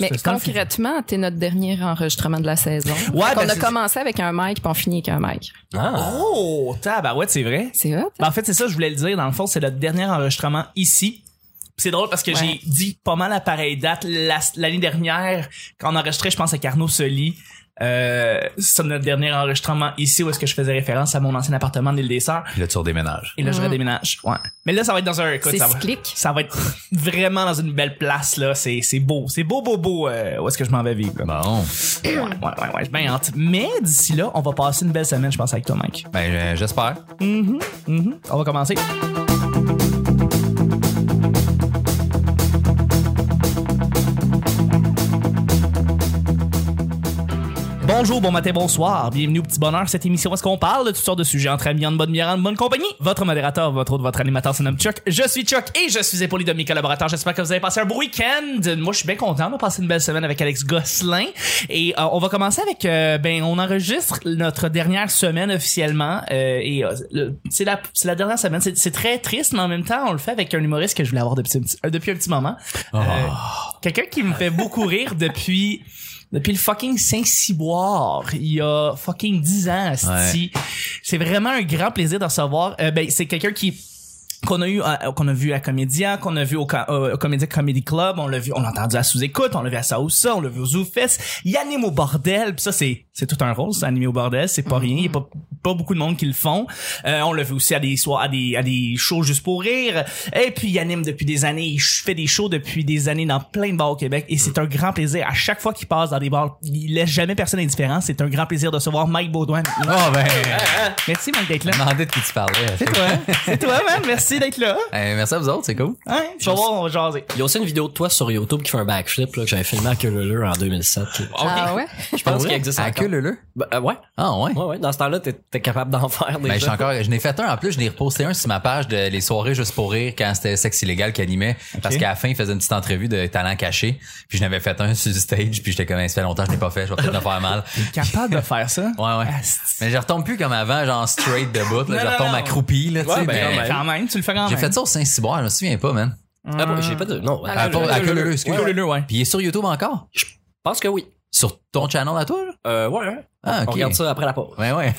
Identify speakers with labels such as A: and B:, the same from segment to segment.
A: Mais
B: C'était ça, le feedback.
A: concrètement, t'es notre dernier enregistrement de la saison.
B: Ouais,
A: on
B: ben,
A: a
B: c'est-
A: commencé avec un mic puis on finit avec un mic.
B: Ah. Oh, tabarouette, c'est vrai.
A: C'est hot.
C: Bah,
B: Ben, en fait, c'est ça, je voulais le dire. Dans le fond, c'est notre dernier enregistrement ici. Puis C'est drôle parce que j'ai
A: Ouais.
B: dit pas mal à pareille date la- l'année dernière, quand on enregistrait, je pense, à Carnot Soli. Euh, c'est notre dernier enregistrement ici où est-ce que je faisais référence à mon ancien appartement de l'île des Sœurs.
C: Puis là, tu redéménages.
B: Et là, je
A: Mhm.
B: redéménage. Ouais. Mais là, ça va être dans un... écoute,
A: C'est
B: ça va,
A: cyclique.
B: ça va être vraiment dans une belle place, là. C'est c'est beau. C'est beau, beau, beau euh, où est-ce que je m'en vais vivre. là.
C: Bon.
B: Ouais, ouais, ouais. ouais, j'ai bien hâte. Mais d'ici là, on va passer une belle semaine, je pense, avec toi, Mike.
C: Ben, euh, j'espère.
B: Mhm, mhm. On va commencer. Bonjour, bon matin, bonsoir. Bienvenue au Petit Bonheur, cette émission où est-ce qu'on parle de toutes sortes de sujets entre amis, en bonne bière, en bonne compagnie. Votre modérateur, votre autre, votre animateur se nomme Chuck. Je suis Chuck et je suis épaulé de mes collaborateurs. J'espère que vous avez passé un beau week-end. Moi, je suis bien content. On a passé une belle semaine avec Alex Gosselin. Et euh, on va commencer avec, euh, ben, on enregistre notre dernière semaine officiellement. euh, et euh, le- c'est la, c'est la dernière semaine. C'est c'est très triste, mais en même temps, on le fait avec un humoriste que je voulais avoir depuis, un petit- euh, depuis un petit moment. Euh, Quelqu'un qui me fait beaucoup rire depuis depuis le fucking Saint-Cyboire, il y a fucking 10 ans, asti. C'est vraiment un grand plaisir de recevoir. Euh, ben, c'est quelqu'un qui qu'on a eu à- qu'on a vu à Comédia, qu'on a vu au, ca- euh, au Comédia Comedy Club, on l'a vu, on l'a entendu à sous-écoute, on l'a vu à Saoussa, on l'a vu aux Zoufest. Il anime au bordel, puis ça c'est c'est tout un rôle, ça animer au bordel, c'est pas rien, il y a pas pas beaucoup de monde qui le font. Euh, on l'a vu aussi à des soirs, à des à des shows juste pour rire. Et puis il anime depuis des années, il fait des shows depuis des années dans plein de bars au Québec et c'est un grand plaisir à chaque fois qu'il passe dans des bars, il laisse jamais personne indifférent, c'est un grand plaisir de recevoir Mike Baudouin.
C: Oh, ben,
B: Merci Mike d'être là.
C: je me demandais de qui tu parlais.
B: C'est toi, c'est toi man, merci d'être là.
C: Eh, merci à vous autres, c'est cool.
B: Hein? Tu vas voir, on va jaser.
D: Il y a aussi une vidéo de toi sur YouTube qui fait un backflip là, que j'avais filmé à Queuleleu en 2007.
A: Ah ouais?
D: Je pense qu'il existe
C: À
D: encore.
C: queue, le le?
D: Ben, euh, ouais.
C: Ah, ouais.
D: ouais, ouais. Dans ce temps-là, t'es t'es capable d'en faire des
C: Ben, j'ai encore, je n'ai fait un en plus, je n'ai reposté un sur ma page de les soirées juste pour rire quand c'était Sexe illégal qui animait. Parce qu'à la fin, il faisait une petite entrevue de talent caché. Puis je n'avais fait un sur le stage, puis j'étais comme, ça fait longtemps que je n'ai pas fait, je vais peut-être me faire mal.
B: Capable de faire ça?
C: Ouais, ouais. Mais je retombe plus comme avant, genre straight de bout, là.
B: Non,
C: je
B: non,
C: retombe
B: non.
C: accroupi, là, tu sais.
D: Ouais, ben,
C: mais-
D: quand
B: Quand
D: même.
B: même, tu le fais quand même.
C: J'ai fait ça au Saint-Cyboire, je me souviens pas, man.
D: Ah, bon, j'ai pas de. Non,
A: Ah,
C: À,
D: à-
A: Queuleleu.
C: à Queuleleu, excuse.
B: Queuleleu, ouais.
C: Puis il est sur YouTube encore?
D: je pense que oui.
C: Sur ton channel à toi, là?
D: Euh, ouais, ouais.
C: Ah, ok.
D: On regarde ça après la pause.
C: Ouais, ouais.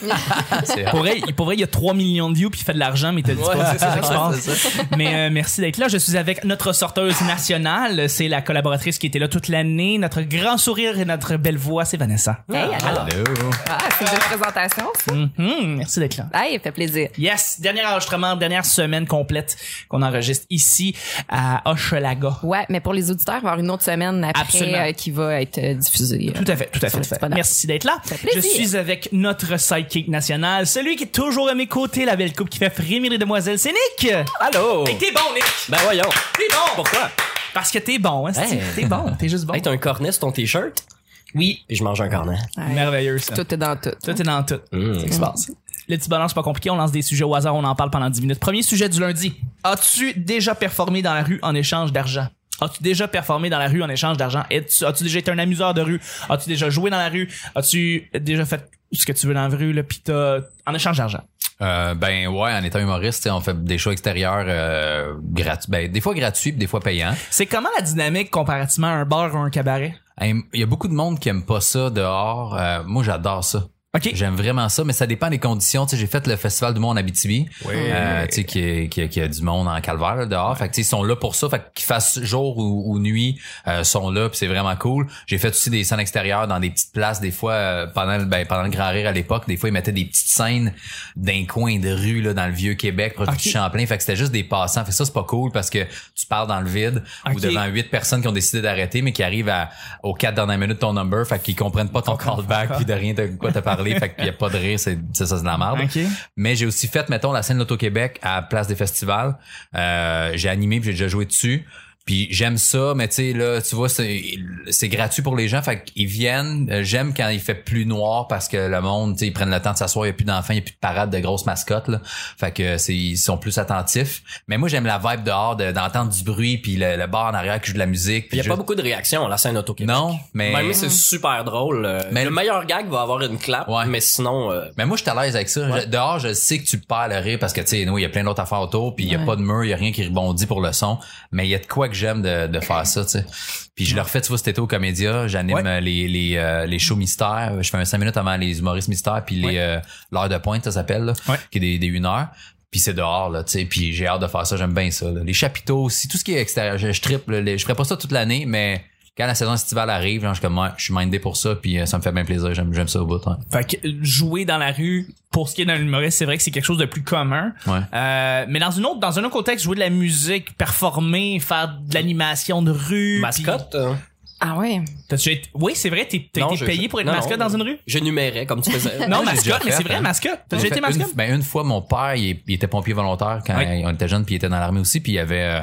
C: C'est-
B: Pour vrai, pour vrai, il y a 3 millions de views puis il fait de l'argent, mais il te le dit
D: Ouais,
B: pas.
D: c'est ça,
B: qui se
D: ouais,
B: passe. Mais euh, merci d'être là. Je suis avec notre sorteuse nationale. C'est la collaboratrice qui était là toute l'année. Notre grand sourire et notre belle voix, c'est Vanessa.
A: Hey, alors,
C: Allô.
A: ah, c'est une belle présentation, ça.
C: Mm.
B: Mhm, merci d'être là.
A: Hey, fait plaisir.
B: Yes, dernier enregistrement, dernière semaine complète qu'on enregistre ici à Hochelaga.
A: Ouais, mais pour les auditeurs, il va y avoir une autre semaine après
B: Absolument.
A: euh, qui va être euh, diffusée.
B: Tout à fait, tout à fait. tout à
A: Sur le
B: fait.
A: Spodin.
B: Merci d'être là.
A: fait plaisir.
B: Je suis avec notre sidekick national, celui qui est toujours à mes côtés, la belle coupe qui fait frémir les demoiselles, c'est Nick.
D: Allô?
B: Et t'es bon, Nick.
D: Ben voyons.
B: T'es bon.
D: Pourquoi?
B: Parce que t'es bon, hein, c'est-
D: Hey.
B: T'es bon, t'es juste bon.
D: Hey, t'as un cornet sur ton t-shirt?
B: Oui.
D: Puis je mange un cornet.
C: Ah,
B: Merveilleux, ça.
A: Tout est dans tout.
B: Tout est dans tout. C'est ce qui se passe. Le petit balance, c'est pas compliqué. On lance des sujets au hasard, on en parle pendant 10 minutes. Premier sujet du lundi. As-tu déjà performé dans la rue en échange d'argent? As-tu déjà performé dans la rue en échange d'argent? Es-tu- As-tu déjà été un amuseur de rue? As-tu déjà joué dans la rue? As-tu déjà fait ce que tu veux dans la rue, là, pis t'as, en échange d'argent?
C: Euh, ben ouais, en étant humoriste, tu sais, on fait des shows extérieurs euh, gratuits. Ben, des fois gratuits, puis des fois payants.
B: C'est comment la dynamique comparativement à un bar ou un cabaret?
C: Hey, Il y a beaucoup de monde qui aime pas ça dehors. Euh, moi, j'adore ça.
B: OK.
C: J'aime vraiment ça, mais ça dépend des conditions. Tu sais, j'ai fait le festival du monde en Abitibi, euh, tu sais, qui, est- qui, est- qui a du monde en calvaire là, dehors. Fait que, tu sais, ils sont là pour ça. Fait qu'ils fassent jour ou, ou nuit, euh, sont là, puis c'est vraiment cool. J'ai fait aussi des scènes extérieures dans des petites places. Des fois, euh, pendant le, ben, pendant le Grand Rire à l'époque, des fois ils mettaient des petites scènes d'un coin de rue là dans le vieux Québec, proche
B: Ok.
C: du Champlain. Fait que c'était juste des passants. Fait que ça c'est pas cool parce que tu parles dans le vide
B: Ok.
C: ou devant huit personnes qui ont décidé d'arrêter, mais qui arrivent à, aux quatre dernières minutes de ton number, fait qu'ils comprennent pas ton callback, puis de rien de quoi te parler, fait qu'il y a pas de rire, c'est c'est ça, c'est de la merde.
B: OK.
C: Mais j'ai aussi fait, mettons, la scène Loto-Québec à Place des Festivals. Euh, j'ai animé, puis j'ai déjà joué dessus. Puis j'aime ça, mais tu sais, là, tu vois, c'est c'est gratuit pour les gens, fait qu'ils viennent. Euh, J'aime quand il fait plus noir parce que le monde, tu sais, ils prennent le temps de s'asseoir, il n'y a plus d'enfants, il n'y a plus de parades de grosses mascottes, là. Fait que c'est ils sont plus attentifs. Mais moi, j'aime la vibe dehors, de- d'entendre du bruit, puis le, le bar en arrière qui joue de la musique.
D: Il
C: puis
D: y a pas
C: juste-
D: beaucoup de réactions à la scène auto
C: Non, mais...
D: Même si c'est super drôle. euh,
C: Mais-
D: le meilleur gag va avoir une clap,
C: Ouais.
D: mais sinon, euh,
C: Mais moi, je suis à l'aise avec ça. Je- dehors, je sais que tu perds le rire parce que, tu sais, nous, il y a plein d'autres affaires autour, puis il y a
A: Ouais.
C: pas de mur, il y a rien qui rebondit pour le son. Mais il y a de quoi que que j'aime de, de faire ça, tu sais. Puis je le refais, tu vois, cet été au Comédia, j'anime
B: Ouais.
C: euh, les, les, euh, les shows mystères. Je fais un 5 minutes avant les humoristes mystères, puis les euh, l'heure de pointe, ça s'appelle, là,
B: Ouais.
C: qui est des, des une heure. Puis c'est dehors, là, tu sais. Puis j'ai hâte de faire ça, j'aime bien ça. là. Les chapiteaux aussi, tout ce qui est extérieur, je, je trippe. là, les- je ferais pas ça toute l'année, mais quand la saison estivale arrive, genre, je, suis comme, ouais, je suis mindé pour ça, puis euh, ça me fait bien plaisir. J'aime j'aime ça au bout. hein.
B: Fait que jouer dans la rue, pour ce qui est d'un humoriste, c'est vrai que c'est quelque chose de plus commun.
C: Ouais.
B: Euh, mais dans une autre, dans un autre contexte, jouer de la musique, performer, faire de l'animation de rue.
D: Mascotte? hein?
A: Ah ouais.
B: puis- T'as-tu été- Oui, c'est vrai, t'es- t'as
D: Non,
B: été
D: je-
B: payé
D: je-
B: pour être
D: non, non,
B: mascotte dans une rue?
D: Je numérais comme tu faisais.
B: Non,
C: j'ai déjà
B: mascotte, mais
C: fait,
B: c'est vrai,
C: hein.
B: mascotte. T'as déjà
C: J'ai
B: été
C: fait une-
B: mascotte?
C: ben, une fois, mon père, il, il était pompier volontaire quand
B: Oui.
C: on était jeune, puis il était dans l'armée aussi, puis il y avait euh,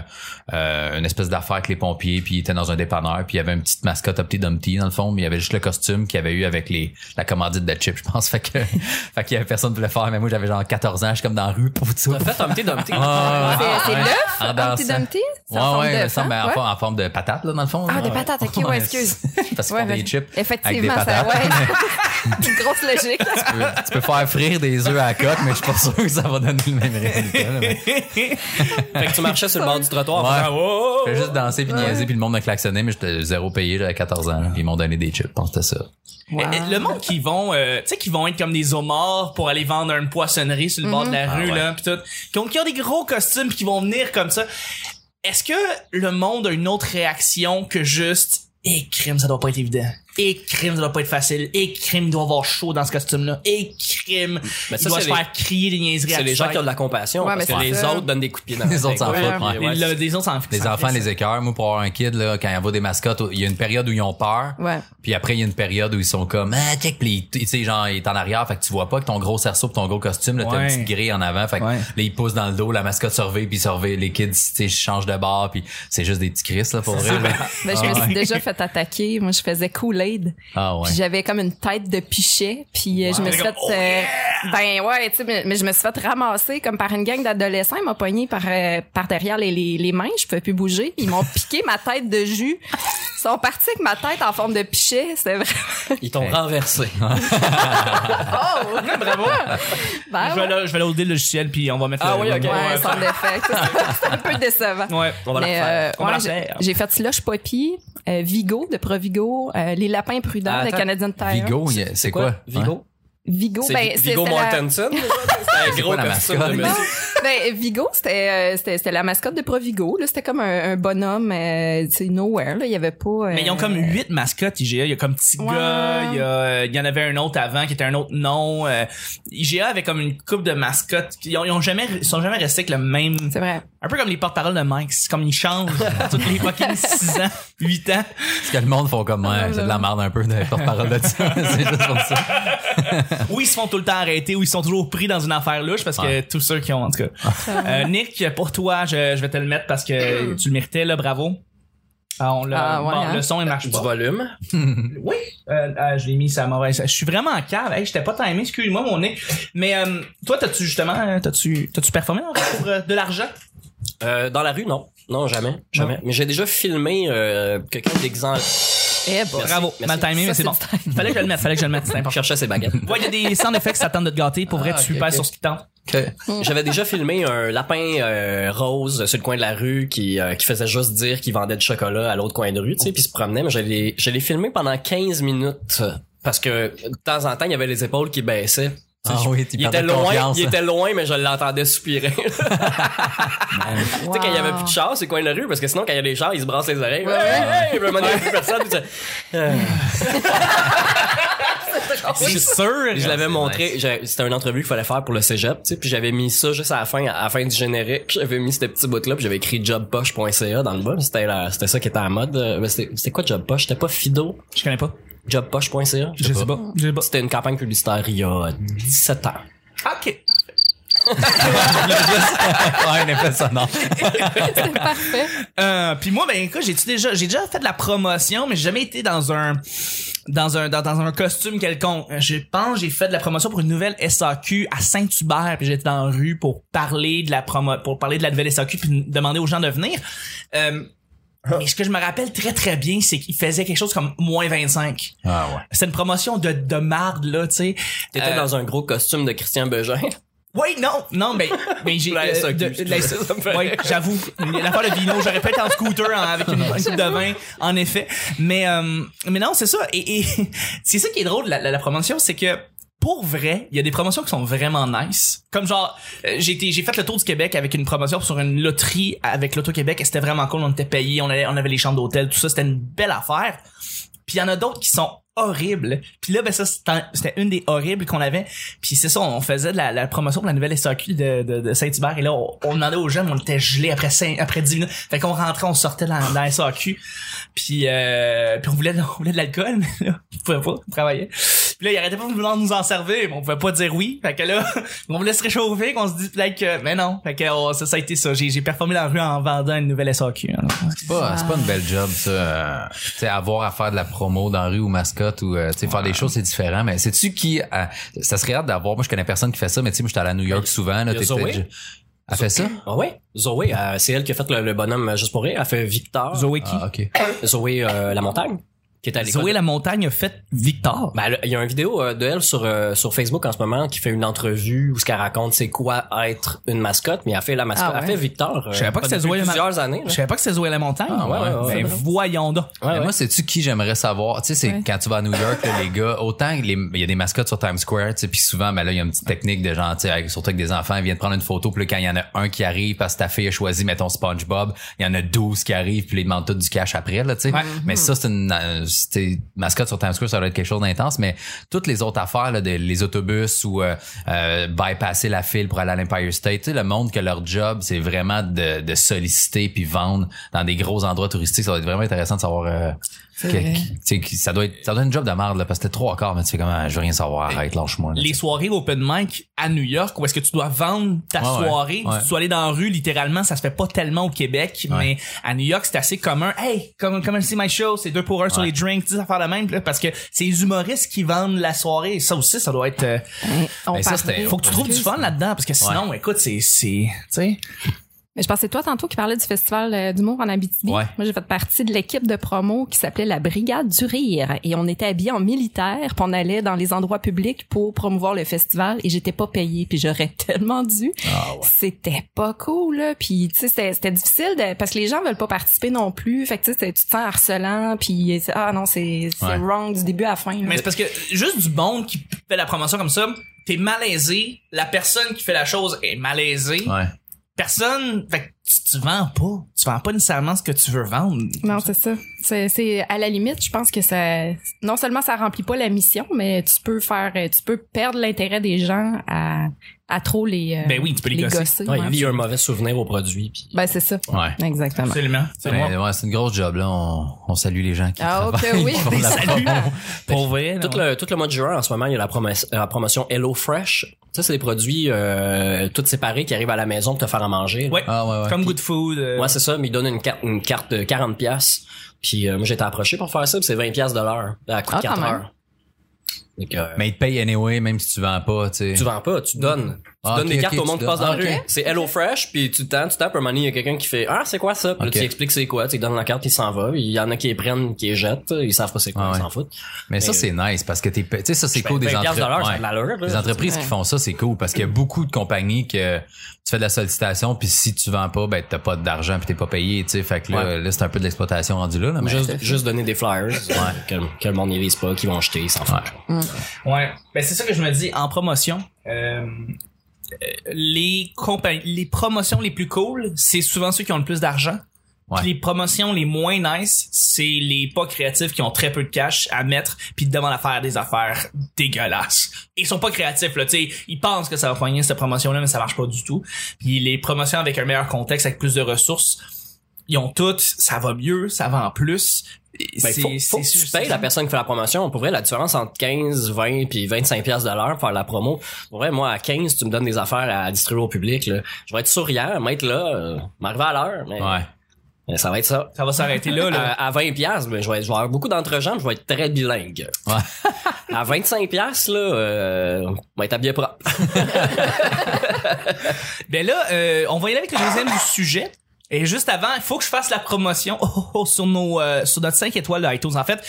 C: euh, une espèce d'affaire avec les pompiers, puis il était dans un dépanneur, puis il y avait une petite mascotte Humpty Dumpty dans le fond, mais il y avait juste le costume qu'il avait eu avec les la commandite de chips, je pense. Fait que, fait qu'il y avait personne pour le faire, mais moi j'avais genre 14 ans, je suis comme dans la rue pour tout ça.
D: T'as fait Humpty Dumpty.
C: Ah, ouais, ouais,
A: C'est- c'est
C: ouais.
A: l'œuf,
C: En
A: Humpty
C: dansant.
A: Dumpty? C'est en
C: Ouais,
A: forme
C: ouais,
A: d'œuf,
C: me semble,
A: hein?
C: ben, en
A: Ouais.
C: forme- en forme de patate, là, dans le fond.
A: Ah,
C: là.
A: des patates, ok, ouais, excuse.
C: Parce qu'ils
A: Ouais,
C: font
A: mais-
C: des chips. avec des
A: Effectivement, ça,
C: patates.
A: ouais. Une grosse logique.
C: tu, peux, tu peux faire frire des œufs à la coque, mais je suis pas sûr que ça va donner le même résultat. là, mais-
D: Fait que tu marchais sur le bord du trottoir.
C: Ouais.
D: en
B: Ah,
D: faisant,
C: Je fais juste danser puis niaiser puis le monde me klaxonnait mais j'étais zéro payé j'avais 14 ans là, puis ils m'ont donné des chips je pense que c'était ça
B: Eh, eh, Le monde qui vont, euh, tu sais, qui vont être comme des homards pour aller vendre une poissonnerie sur le bord de la
D: Mm-hmm.
C: Ah
B: rue,
C: ouais.
B: là, pis tout. Qui ont, qui ont des gros costumes pis qui vont venir comme ça. Est-ce que le monde a une autre réaction que juste, et crime, ça doit pas être évident. Et crime, ça doit pas être facile. Et crime, il doit avoir chaud dans ce costume-là. Et crime,
D: Mais ça,
B: il doit
D: c'est
B: se
D: les-
B: faire crier des niaiseries à
D: C'est les
B: tout
D: gens
B: faire.
D: qui ont de la compassion.
A: Ouais,
D: parce
A: mais
D: que
A: c'est
D: les
A: ça.
D: autres donnent des coups de pied dans
C: Les autres s'en
D: tête.
C: foutent,
D: Ah, Ouais,
C: ouais.
D: ouais,
B: Les,
D: c'est-
B: le- les autres s'en
C: les
B: s'en
C: enfants
B: crissent.
C: les écœurs moi pour avoir un kid là, quand il envoie des mascottes il y a une période où ils ont peur
A: Ouais.
C: puis après il y a une période où ils sont comme ah check puis ils- tu sais genre il est en arrière fait que tu vois pas que ton gros cerceau pis ton gros costume là, t'as
B: Ouais.
C: une petite grille en avant fait que
B: Ouais.
C: là ils poussent dans le dos la mascotte surveille puis surveille les kids tu sais changent de bord puis c'est juste des petits cris là pour vrai là.
A: Ben, je
C: Ah
A: me
C: ouais.
A: suis déjà fait attaquer. Moi, je faisais Kool-Aid.
C: ah ouais
A: Puis j'avais comme une tête de pichet. Puis euh, je me suis
B: T'es comme,
D: Oh,
A: fait... euh, Ben ouais, tu sais, mais, mais je me suis fait ramasser comme par une gang d'adolescents. Ils m'ont pogné par, euh, par derrière les, les, les mains. Je pouvais plus bouger. Ils m'ont piqué ma tête de jus. Ils sont partis avec ma tête en forme de pichet. C'est vrai.
D: Ils t'ont renversé.
A: Oh!
B: Bravo!
A: Ben,
B: je vais
A: ouais,
B: là- je vais loader le logiciel puis on va mettre
D: Ah
B: le-
D: oui, ok.
B: Ouais.
A: ouais, sans défaut. C'est un peu décevant.
B: Ouais.
D: On va la
A: Mais,
D: refaire.
A: euh,
B: On va
A: ouais,
B: la
A: j'ai-
B: refaire.
A: J'ai fait Slush Poppy, euh, Vigo de Provigo, euh, Les Lapins Prudents
D: Ah,
A: de
D: attends.
A: Canadian Tire.
C: Vigo il y a- c'est quoi Hein?
D: Vigo?
A: Vigo,
D: C'est
A: ben,
D: Vi-
A: c'est-
D: Vigo
A: c'est la-
D: Mortensen? C'est un gros
C: quoi la
D: costume de
C: mascotte?
D: musique.
A: ben, Vigo, c'était euh, c'était- c'était la mascotte de Provigo. là. C'était comme un, un bonhomme, euh, tu sais, nowhere. Là. Il y avait pas... euh,
B: Mais ils ont comme huit mascottes IGA. Il y a comme petit
A: Ouais.
B: gars, il y, a- euh, il y en avait un autre avant qui était un autre nom. Euh, IGA avait comme une coupe de mascottes. Ils, ont, ils ont jamais, ils sont jamais restés avec le même.
A: C'est vrai.
B: Un peu comme les porte-paroles de Mike. C'est comme ils changent toutes les fucking 6 ans, 8 ans.
C: Parce que le monde font comme ouais, c'est de la merde un peu de porte-parole de ça c'est juste pour ça
B: Ou ils se font tout le temps arrêter, ou ils sont toujours pris dans une affaire louche parce que
C: Ouais.
B: tous ceux qui ont, en tout cas.
A: Ah.
B: Euh, Nick, pour toi, je, je vais te le mettre parce que tu le méritais, là, bravo. Ah, on l'a-
A: Ah, ouais,
B: bon,
A: hein?
B: Le son, il marche
D: Du
B: pas.
D: volume.
B: Oui, euh, ah, je l'ai mis ça mauvaise. Je suis vraiment en cave. Hey, j'étais pas timé, excuse-moi mon nez. Mais euh, toi, t'as-tu justement, euh, t'as-tu, t'as-tu performé en retour pour euh, de l'argent?
D: Euh, dans la rue, non. Non, jamais. Jamais. Mais j'ai déjà filmé euh, quelqu'un d'exemple.
A: Eh, bon.
B: Bravo,
D: merci.
B: mal timé,
A: Ça,
B: mais c'est
A: c'est
B: bon. Fallait que je le mette, fallait que je le mette, c'est important.
D: cherchait ses baguettes.
B: Ouais, il y a des sound effects qui s'attendent de te gâter. Pour vrai,
C: Ah,
B: tu
C: ok,
B: perds
C: ok.
B: sur ce qui tente.
A: Mm.
D: J'avais déjà filmé un lapin euh, rose sur le coin de la rue qui, euh, qui faisait juste dire qu'il vendait du chocolat à l'autre coin de rue, tu sais, puis il se promenait, mais je l'ai je l'ai filmé pendant 15 minutes euh, parce que de temps en temps, il y avait les épaules qui baissaient. Tu sais,
C: Ah
D: je-
C: oui, tu
D: il
C: perdais
D: était loin,
C: confiance.
D: il était loin, mais je l'entendais soupirer. tu sais,
A: Wow.
D: quand il y avait plus de chars, c'est coin de la rue, parce que sinon, quand il y a des chars, ils se brassent les oreilles.
A: Ouais, ouais.
D: Hey, hey, hey, puis à un moment donné, il y a plus personne, puis tu- Euh,
B: C'est sûr.
D: Je l'avais
C: c'est
D: montré,
C: nice.
D: j'avais- c'était une entrevue qu'il fallait faire pour le cégep, tu sais, puis j'avais mis ça juste à la fin, à la fin du générique, j'avais mis ce petit bout-là, puis j'avais écrit jobpoche.ca dans le bas, c'était la- c'était ça qui était à la mode, euh, mais c'était c'était quoi jobpoche? C'était pas Fido?
B: Je connais pas.
D: Jobpoche.ca?
B: Je sais
C: pas.
B: pas. Je sais pas.
D: C'était une campagne publicitaire il y a 17 ans.
B: Ok.
C: ouais un effet sonore
A: C'est parfait.
B: Euh, puis moi ben écoute j'ai déjà j'ai déjà fait de la promotion mais j'ai jamais été dans un dans un dans, dans un costume quelconque Euh, je pense j'ai fait de la promotion pour une nouvelle SAQ à Saint-Hubert puis j'étais dans la rue pour parler de la promo pour parler de la nouvelle SAQ puis demander aux gens de venir euh, mais ce que je me rappelle très très bien c'est qu'il faisait quelque chose comme moins 25
C: ah ouais
B: c'est une promotion de de marde là tu sais
D: T'étais
B: Euh,
D: dans un gros costume de Christian Bégin.
B: Oui, non, non, mais, mais j'ai. euh,
D: La SAQ,
B: de-
D: c'est
B: la-
D: tout ça, ça me fait
B: ouais,
D: rire.
B: j'avoue. L'affaire de vino, j'aurais pu être en scooter en- avec une bonne coupe de vin, en effet. Mais, euh, mais non, c'est ça. Et, et c'est ça qui est drôle, la, la, la promotion, c'est que. Pour vrai, il y a des promotions qui sont vraiment nice. Comme genre, euh, j'ai été- j'ai fait le tour du Québec avec une promotion sur une loterie avec l'Auto-Québec et c'était vraiment cool. On était payés, on, allait- on avait les chambres d'hôtel, tout ça. C'était une belle affaire. Puis il y en a d'autres qui sont horribles. Puis là, ben ça, c'était un- c'était une des horribles qu'on avait. Puis c'est ça, on faisait de la, la promotion pour la nouvelle SAQ de, de, de Saint-Hubert. Et là, on, on demandait aux jeunes, on était gelés après, cinq, après 10 minutes. Fait qu'on rentrait, on sortait dans, dans la SAQ. Puis, euh, puis on, voulait, on voulait de l'alcool, mais là, on pouvait pas, on travaillait. Puis là, il arrêtait pas de vouloir nous en servir, mais on pouvait pas dire oui. Fait que là, on voulait se réchauffer, qu'on se dit peut-être que... Mais non, fait que oh, ça, ça a été ça. J'ai j'ai performé dans la rue en vendant une nouvelle hein. SAQ. alors.
C: C'est pas, c'est pas une belle job, ça. euh, tu sais, avoir à faire de la promo dans la rue ou mascotte ou, euh, tu sais, faire des choses, c'est différent. Mais sais-tu qui, euh, ça serait hâte d'avoir, moi, je connais personne qui fait ça, mais tu sais, moi, j'étais allé à New York souvent, là,
D: y a
C: t'es
D: Zoé.
C: peut-être- Elle fait ça?
D: Ah ouais? Zoé, euh, c'est elle qui a fait le, le bonhomme euh, juste pour rire. Elle fait Victor.
B: Zoé
D: Zoé,
B: qui?
C: Ah, ok.
D: euh, la montagne, qui est à l'école.
B: Zoé la montagne a fait Victor.
D: Ben, elle- il y a une vidéo euh, de elle sur, euh, sur Facebook en ce moment qui fait une entrevue où ce qu'elle raconte c'est quoi être une mascotte, mais elle fait la mascotte.
A: Ah ouais?
D: Elle fait Victor. euh,
B: Je savais pas que c'était
D: depuis
B: Zoé la ma-
D: plusieurs années. là.
B: Je savais pas que c'est Zoé la montagne.
C: Ah, ouais, ouais,
B: Ben,
D: ouais.
B: voyons donc.
C: Mais
D: Ouais, ouais.
C: Moi, sais-tu qui j'aimerais savoir? Tu sais, c'est
A: Ouais.
C: quand tu vas à New York, là, les gars, autant que les- il y a des mascottes sur Times Square, tu sais, puis souvent, ben là, il y a une petite technique de genre, tu sais, avec- surtout avec des enfants, ils viennent prendre une photo, puis là, quand il y en a un qui arrive parce que ta fille a choisi, mettons, SpongeBob, il y en a 12 qui arrivent, puis là, ils demandent tout du cash après, là, tu sais.
B: Ouais.
C: Mais ça, c'est une euh, c'était- mascotte sur Times Square, ça doit être quelque chose d'intense, mais toutes les autres affaires, là, des- les autobus ou euh, euh, bypasser la file pour aller à l'Empire State, tu sais, le monde que leur job, c'est vraiment de, de solliciter puis vendre dans des gros endroits touristiques, ça doit être vraiment intéressant de savoir... euh,
A: C'est
C: que-
A: vrai.
C: qui- tu sais, qui- ça doit être, ça doit être une job de merde, là, parce que t'es trois quarts, mais tu fais comment, je veux rien savoir,
D: Euh,
C: arrête, lâche-moi. là.
B: Les soirées open mic à New York, où est-ce que tu dois vendre ta
C: Ouais, ouais.
B: soirée,
C: Ouais.
B: tu dois aller dans la rue, littéralement, ça se fait pas tellement au Québec,
C: Ouais.
B: mais à New York, c'est assez commun. Hey, come, come and see my show, c'est deux pour un sur
C: Ouais.
B: les drinks, tu sais, faire la même, là, parce que c'est les humoristes qui vendent la soirée, et ça aussi, ça doit être, euh,
A: Ben, on
C: Ben, ça,
A: parlait-
C: c'était-
B: faut que tu trouves du fun là-dedans, parce que sinon, écoute, c'est, c'est, tu sais.
A: Mais je pensais toi tantôt qui parlais du festival euh, d'humour en Abitibi.
C: Ouais.
A: Moi j'ai fait partie de l'équipe de promo qui s'appelait la Brigade du rire et on était habillés en militaire, puis on allait dans les endroits publics pour promouvoir le festival et j'étais pas payée puis j'aurais tellement dû.
C: Ah
A: C'était pas cool là, puis tu sais c'était c'était difficile de- parce que les gens veulent pas participer non plus, fait que tu sais c'est- tu te sens harcelant puis c'est- ah non, c'est c'est
C: Ouais.
A: wrong du début à la fin. là.
B: Mais c'est parce que juste du monde qui fait la promotion comme ça, t'es malaisé, la personne qui fait la chose est malaisée,
C: Ouais.
B: personne, fait que tu, tu vends pas, tu vends pas nécessairement ce que tu veux vendre.
A: Non, c'est ça. C'est, c'est- à la limite, je pense que ça non seulement ça remplit pas la mission, mais tu peux faire euh, tu peux perdre l'intérêt des gens à, à trop les euh,
B: Ben oui, tu peux les gosser.
D: Ouais,
A: ouais.
D: il y a un mauvais souvenir au produit. Puis...
A: Ben c'est ça.
C: Ouais.
A: Exactement.
B: Absolument. C'est moi.
C: Mais ouais, c'est une grosse job, là. On, on salue les gens qui
A: Ah, ok,
C: travaillent.
A: oui.
C: pour
A: Des
C: la
B: saluts.
C: promo.
B: Pour vrai.
D: Tout le, tout le mois de juin, en ce moment, il y a la, promesse- la promotion Hello Fresh. Ça, c'est des produits euh, tout séparés qui arrivent à la maison pour te faire à manger. là.
B: Ouais.
C: Ah, ouais, ouais.
B: Comme Good Food. euh,
D: Ouais, c'est ça, mais ils donnent une carte, une carte de 40 pièces. Puis euh, moi j'étais approché pour faire ça, puis c'est 20 pièces de l'heure. Ça coûte
A: Ah,
D: 4
A: quand même.
D: heures. Donc, euh,
C: Mais ils te payent anyway, même si tu vends pas, tu sais.
D: tu vends pas, tu donnes. Tu
C: Ah,
D: donnes
C: ok,
D: des cartes
C: ok,
D: au monde
C: tu
D: qui passe dans
C: donnes.
D: la rue.
A: Ah, ok.
D: C'est Hello Fresh, puis tu tapes, tu tapes, un moment donné, il y a quelqu'un qui fait Ah, c'est quoi ça? Puis là,
C: Ok.
D: tu expliques c'est quoi, tu lui donnes la carte, puis il s'en va. Il y en a qui les prennent, qui les jettent, ils savent pas c'est quoi,
C: Ah, ouais.
D: ils s'en foutent.
C: Mais ça, c'est nice parce que t'es, pa- tu sais, ça, c'est
D: Ben,
C: cool des
D: 20
C: entreprises.
D: piastres de l'heure, ça a de l'allure, là.
C: Les entreprises
A: Ouais.
C: qui font ça, c'est cool parce qu'il y a beaucoup de compagnies que tu fais de la sollicitation puis si tu vends pas, ben, t'as pas d'argent puis t'es pas payé, tu sais. Fait que là,
D: Ouais.
C: là, c'est un peu de l'exploitation rendue là, là, mais-
D: Juste, juste donner des flyers euh, que, que le monde n'y lise pas, qu'ils vont jeter, ils s'en foutent.
B: Ouais. Ben, c'est ça que je me dis en promotion. euh, euh, les compagnies, les promotions les plus cool, c'est souvent ceux qui ont le plus d'argent.
C: Ouais.
B: Puis les promotions les moins nice, c'est les pas créatifs qui ont très peu de cash à mettre puis devant la faire des affaires dégueulasses. Ils sont pas créatifs là, tu sais, ils pensent que ça va poigner cette promotion là mais ça marche pas du tout. Puis les promotions avec un meilleur contexte avec plus de ressources, ils ont toutes, ça va mieux, ça vend plus. Et
D: Ben, faut, faut que tu payes la personne qui fait la promotion. Pour vrai, la différence entre 15, 20 puis 25 pièces de l'heure pour faire la promo. Pour vrai, moi, à 15, tu me donnes des affaires à distribuer au public, là. Je vais être souriant, m'être là, euh, m'arriver à l'heure, mais
C: Ouais.
D: mais ça va être ça.
B: Ça va s'arrêter là, là.
D: À, à 20 pièces, ben, je vais, je vais avoir beaucoup d'entrejambes, je vais être très bilingue.
C: Ouais.
D: à 25 pièces, là, euh, je vais être habillé propre.
B: Ben là, euh, on va y aller avec le deuxième du sujet. Et juste avant, il faut que je fasse la promotion oh, oh, oh, sur nos euh, sur notre 5 étoiles de iTunes. En fait,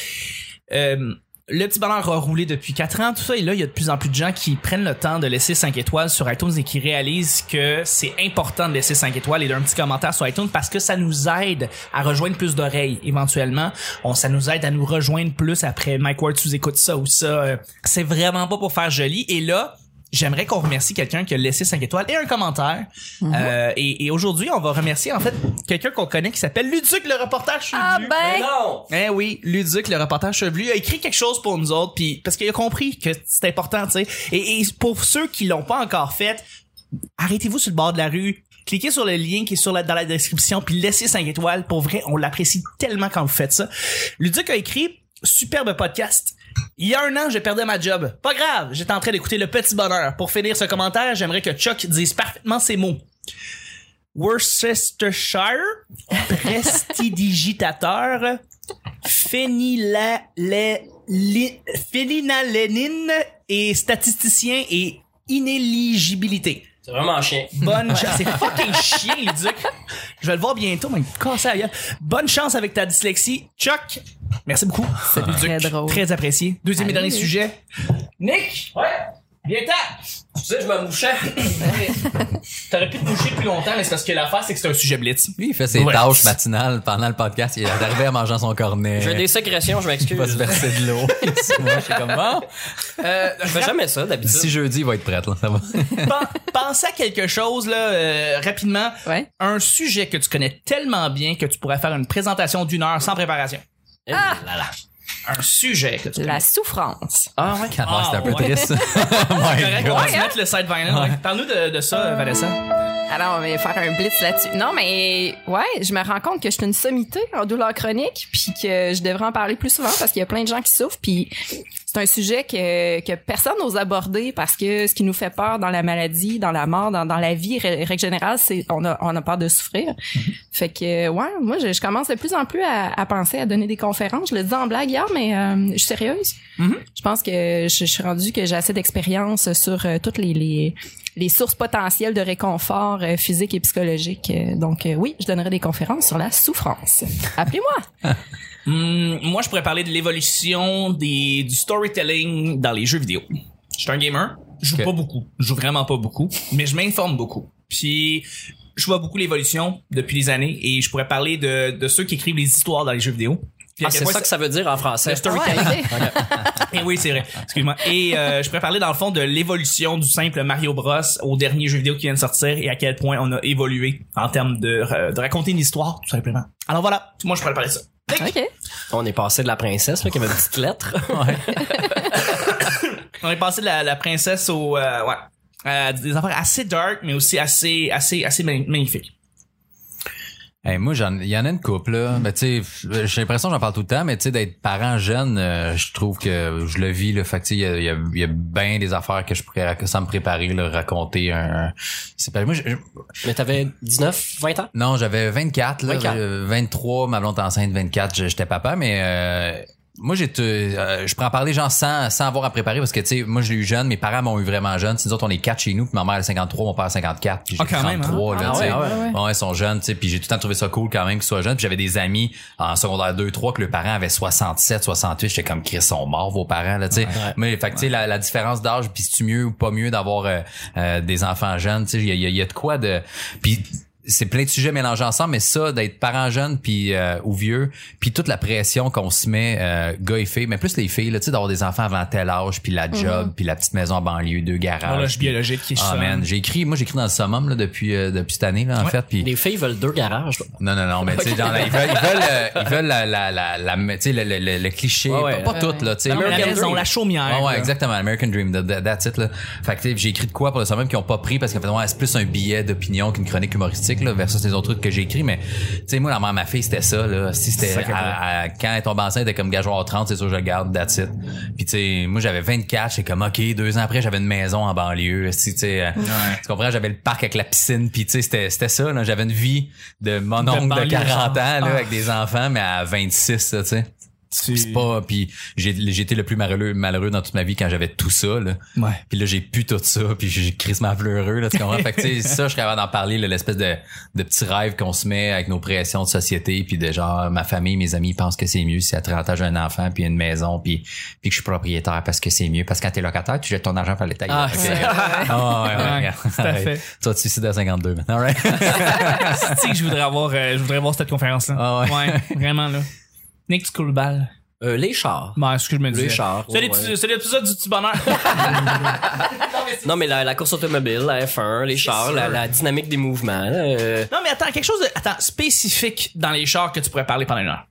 B: euh, Le petit bonheur a roulé depuis 4 ans, tout ça, et là, il y a de plus en plus de gens qui prennent le temps de laisser 5 étoiles sur iTunes et qui réalisent que c'est important de laisser 5 étoiles et d'un petit commentaire sur iTunes parce que ça nous aide à rejoindre plus d'oreilles éventuellement. On, ça nous aide à nous rejoindre plus après Mike Ward sous écoute ça ou ça. euh, C'est vraiment pas pour faire joli. Et là, J'aimerais qu'on remercie quelqu'un qui a laissé 5 étoiles et un commentaire. Euh, et et aujourd'hui, on va remercier en fait quelqu'un qu'on connaît qui s'appelle Luduc le reporter chevelu.
A: Ah
D: Mais
A: ben,
D: non!
B: Eh oui, Luduc, le reporter chevelu, a écrit quelque chose pour nous autres, puis parce qu'il a compris que c'est important, tu sais. Et, et pour ceux qui l'ont pas encore fait, arrêtez-vous sur le bord de la rue, cliquez sur le lien qui est sur la, dans la description, puis laissez 5 étoiles. Pour vrai, on l'apprécie tellement quand vous faites ça. Luduc a écrit superbe podcast. Il y a un an, je perdais ma job. Pas grave, j'étais en train d'écouter le petit bonheur. Pour finir ce commentaire, j'aimerais que Chuck dise parfaitement ces mots. Worcestershire, prestidigitateur, Lénine et statisticien et inéligibilité.
D: C'est vraiment chien.
B: Bonne chance. C'est fucking chien, le duc. Ah. Je vais le voir bientôt, mais il me casse la gueule. Bonne chance avec ta dyslexie. Chuck, merci beaucoup. C'est
A: très drôle.
B: Très apprécié. Deuxième et dernier
A: Allez.
B: sujet. Nick,
D: Ouais!
B: viens
D: Tu sais, je me mouchais.
B: T'aurais pu te boucher depuis longtemps, mais c'est parce que l'affaire, c'est que c'est un sujet blitz.
C: Lui, il fait ses
B: Ouais.
C: tâches matinales pendant le podcast. Il est arrivé à manger son cornet.
D: J'ai des sécrétions, je
C: Il va se
D: m'excuse.
C: verser de l'eau. Moi, je suis comme, bon,
D: Euh, Je fais jamais ça
C: d'ici
D: d'habitude.
C: jeudi, il va être prêt, là. Ça va.
B: Pen- Pense à quelque chose, là, euh, rapidement.
A: Ouais.
B: Un sujet que tu connais tellement bien que tu pourrais faire une présentation d'une heure sans préparation.
D: Eh là là.
B: Un sujet que tu connais.
A: La souffrance.
B: Ah ouais,
C: Ah, ouais, c'est un peu
B: ouais.
C: triste. Oh my
B: Correct, on
C: God.
B: va se mettre le side vinyl. ouais. Parle-nous de, de ça, euh, Vanessa.
A: Alors, on va faire un blitz là-dessus. Non, mais ouais, je me rends compte que je suis une sommité en douleur chronique, puis que je devrais en parler plus souvent parce qu'il y a plein de gens qui souffrent, puis c'est un sujet que, que personne n'ose aborder parce que ce qui nous fait peur dans la maladie, dans la mort, dans, dans la vie, rè- règle générale, c'est on a, on a peur de souffrir. Fait que, ouais, moi, je, je commence de plus en plus à, à penser à donner des conférences. Je le dis en blague hier, mais euh, je suis sérieuse.
B: Mhm.
A: Je pense que je, je suis rendue que j'ai assez d'expérience sur euh, toutes les, les, les sources potentielles de réconfort euh, physique et psychologique. Euh, Donc, euh, oui, je donnerai des conférences sur la souffrance. Appelez-moi.
B: Hum, moi, je pourrais parler de l'évolution des, du storytelling dans les jeux vidéo. Je suis un gamer. Je joue
C: Ok.
B: pas beaucoup. Je joue vraiment pas beaucoup. Mais je m'informe beaucoup. Puis, je vois beaucoup l'évolution depuis les années et je pourrais parler de, de ceux qui écrivent les histoires dans les jeux vidéo. Puis à
D: Ah,
B: quel
D: c'est
B: point
D: ça que ça veut dire en français.
B: Le storytelling.
A: Ouais, ok.
B: Et Eh oui, c'est vrai. Excuse-moi. Et euh, je pourrais parler dans le fond de l'évolution du simple Mario Bros au dernier jeu vidéo qui vient de sortir et à quel point on a évolué en termes de, euh, de raconter une histoire, tout simplement. Alors voilà, moi je pourrais parler de ça.
A: OK.
D: On est passé de la princesse, là, qui avait une petite lettre.
B: On est passé de la, la princesse au euh, ouais, Euh, des affaires assez dark mais aussi assez assez assez mag- magnifiques.
C: Hey, moi, j'en- il y en a une couple, là. Mais tu sais, j'ai l'impression que j'en parle tout le temps, mais tu sais, d'être parent jeune, euh, je trouve que je le vis, le fait que tu sais, il y a, il y a- il y a bien des affaires que je pourrais, rac- sans me préparer, là, raconter un, c'est pas, moi, je- je-
D: Mais t'avais 19, 20 ans?
C: non, j'avais 24, là,
D: 24.
C: euh, 23, ma blonde enceinte, 24, je- j'étais papa, mais, euh, moi, j'ai, te- euh, je prends parler genre sans, sans avoir à préparer parce que tu sais, moi je l'ai eu jeune, mes parents m'ont eu vraiment jeune. Si nous autres on est quatre chez nous, puis ma mère a 53, mon père a 54, puis j'ai
B: Ah, quand même, hein?
C: 33, là,
A: Ah
C: tu
A: ouais,
C: sais.
A: ouais, ouais.
C: Ouais, ils sont jeunes, tu sais, puis j'ai tout le temps trouvé ça cool quand même qu'ils soient jeunes. Puis j'avais des amis en secondaire 2, 3 que le parent avait 67, 68, j'étais comme Chris, sont morts vos parents là, tu sais. Mais fait que tu sais la, la différence d'âge, puis c'est mieux ou pas mieux d'avoir euh, euh, des enfants jeunes, tu sais, il y a, il y a- il y a de quoi de puis c'est plein de sujets mélangés ensemble, mais ça, d'être parent jeune puis euh, ou vieux, puis toute la pression qu'on se met, euh, gars et filles, mais plus les filles, là, tu sais, d'avoir des enfants avant tel âge, puis la job, puis la petite maison en banlieue, deux garages.
B: Horloge biologique qui
C: Ah,
B: sonne.
C: man, j'ai écrit, moi j'écris dans le summum là, depuis euh, depuis cette année là en
B: Ouais.
C: fait, puis
D: Les filles veulent deux garages. là.
C: non, non, non, mais tu sais, genre, ils veulent, ils veulent, euh, ils veulent la, la, la, la- tu sais, le, le, le, le cliché,
D: Ouais, ouais.
C: pas,
A: Ouais,
C: tout,
A: ouais.
C: là, tu sais.
B: Non, mais la
D: American
B: maison,
D: Dream.
B: la chaumière.
C: Ah Ouais, ouais,
B: là.
C: exactement. American Dream, that- that- that's it, là. Fait que, tu sais, j'ai écrit de quoi pour le summum qui ont pas pris parce qu'en fait, ouais, c'est plus un billet d'opinion qu'une chronique humoristique, là, versus les autres trucs que j'ai écrits. Mais, tu sais, moi, la mère de ma fille, c'était ça, là. Si c'était,
B: Sacré
C: à- à- quand elle tombe enceinte, elle était comme gageoire 30, c'est sûr, je le garde, that's it. Puis, tu sais, moi, j'avais 24, c'est comme, OK, deux ans après, j'avais une maison en banlieue. Si, tu sais, euh, tu comprends, j'avais le parc avec la piscine, puis, tu sais, c'était, c'était ça, là. J'avais une vie de mon oncle de
B: banlieue.
C: 40 ans, là,
B: Ah.
C: avec des enfants, mais à 26, là, tu sais.
B: Tu-
C: Puis c'est pas puis j'ai j'étais le plus malheureux malheureux dans toute ma vie quand j'avais tout ça là.
B: Ouais.
C: Puis là j'ai plus tout ça puis j'ai crissement pleureux là tu comprends fait que tu sais, ça je serais capable d'en parler là, l'espèce de de petit rêve qu'on se met avec nos pressions de société puis de genre ma famille mes amis pensent que c'est mieux si à 30 ans j'ai un enfant puis une maison puis puis que je suis propriétaire parce que c'est mieux parce que quand t'es locataire tu jettes ton argent par les tailles.
D: Ah,
C: Ok.
D: ouais.
C: Ah, ouais, ouais,
B: Ouais,
C: regarde.
B: tout à fait.
C: Toi, tu te suicides à 52 maintenant, right?
B: C'est que je voudrais avoir, euh, je voudrais voir cette conférence-là.
C: Ah ouais.
B: vraiment, là. Nick, tu coules le bal.
D: Euh, les chars.
B: Bah, ce que je me disais.
D: Les chars.
B: C'est
D: ouais,
B: l'épi-
D: ouais.
B: c'est l'épisode du petit bonheur.
D: Non, mais la, la course automobile, la F1, les chars, la, la dynamique des mouvements. euh,
B: non, mais attends, quelque chose de, attends, spécifique dans les chars que tu pourrais parler pendant une heure.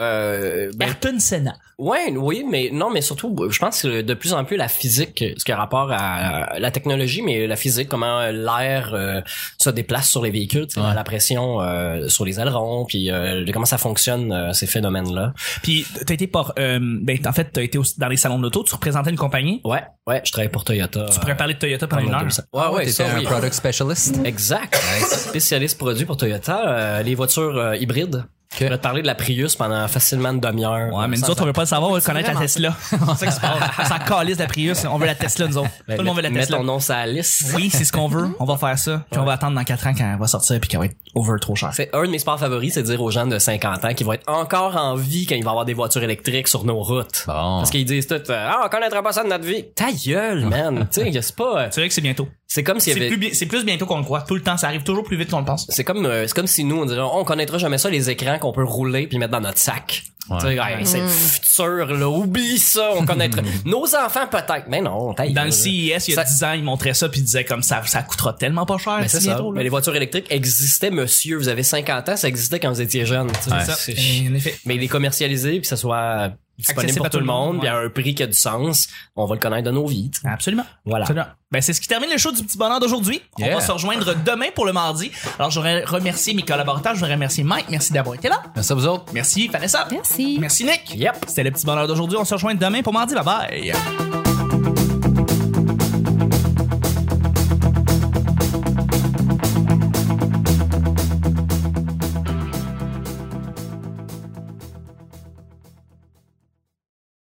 D: euh, ben,
B: Ayrton Senna.
D: Ouais, oui, mais non, mais surtout, je pense que de plus en plus la physique, ce qui a rapport à la technologie, mais la physique, comment l'air euh, se déplace sur les véhicules, tu sais, la pression euh, sur les ailerons, puis euh, de comment ça fonctionne euh, ces phénomènes-là.
B: Puis t'as été par, euh, ben en fait t'as été aussi dans les salons de l'auto, tu représentais une compagnie.
D: Ouais, ouais, je travaille pour Toyota.
B: Tu pourrais parler de Toyota pendant
D: pendant
B: une heure.
D: deux ans. Ouais, ouais,
C: T'étais
D: ça,
C: un
D: oui.
C: product specialist.
D: Exact. Spécialiste produit pour Toyota, euh, les voitures euh, hybrides. Je vais te parler de la Prius pendant facilement une demi-heure.
B: Ouais, mais
D: Sans-
B: nous autres, on veut pas le savoir, on veut connaître la Tesla. C'est ça qui se passe. Ça calisse la Prius, on veut la Tesla, nous autres.
D: Ben,
B: Tout le monde veut la
D: mets
B: Tesla.
D: ton nom sur la liste.
B: Oui, c'est ce qu'on veut. On va faire ça. Puis on va attendre dans 4 ans quand elle va sortir puis qu'elle va être over trop chère.
D: C'est un de mes sports favoris, c'est de dire aux gens de 50 ans qu'ils vont être encore en vie quand il va y avoir des voitures électriques sur nos routes.
C: Bon.
D: Parce qu'ils disent tout, euh, ah, on connaîtra pas ça de notre vie. Ta gueule, man. tu sais, c'est pas, euh,
B: C'est vrai que c'est bientôt.
D: c'est comme s'il
B: C'est
D: y avait,
B: plus, bi- c'est plus bientôt qu'on le croit. Tout le temps, ça arrive toujours plus vite qu'on le pense.
D: c'est comme, euh, c'est comme si nous, on dirait, on connaîtra jamais ça, les écrans qu'on peut rouler puis mettre dans notre sac.
C: Ouais.
D: Tu sais, hey, c'est le
B: Mhm.
D: futur, là. Oublie ça, on connaîtra. Nos enfants, peut-être. Mais non, ta
B: Dans
D: gueule.
B: le CES, il y a
D: Ça-
B: 10 ans, ils montraient ça puis ils disaient comme ça, ça coûtera tellement pas cher.
D: Mais c'est
B: si
D: ça.
B: bientôt, là.
D: Mais les voitures électriques existaient, monsieur. Vous avez 50 ans, ça existait quand vous étiez jeune. tu sais.
C: Ouais.
B: Ça,
D: C'est-
B: et en effet.
D: mais les commercialiser puis que ça soit disponible
B: Accessible
D: pour
B: à
D: tout le monde, puis
B: ouais.
D: à un prix qui a du sens, on va le connaître de nos vies. tu sais.
B: Absolument.
D: Voilà.
B: Absolument. Ben, c'est ce qui termine le show du petit bonheur d'aujourd'hui. On
C: Yeah.
B: va se rejoindre demain pour le mardi. Alors, j'aurais remercié mes collaborateurs, je voudrais remercier Mike, merci d'avoir été là.
C: Merci à vous autres.
B: Merci Vanessa.
A: Merci.
B: Merci Nick.
D: Yep.
B: C'était le petit bonheur d'aujourd'hui. On se rejoint demain pour mardi. Bye bye.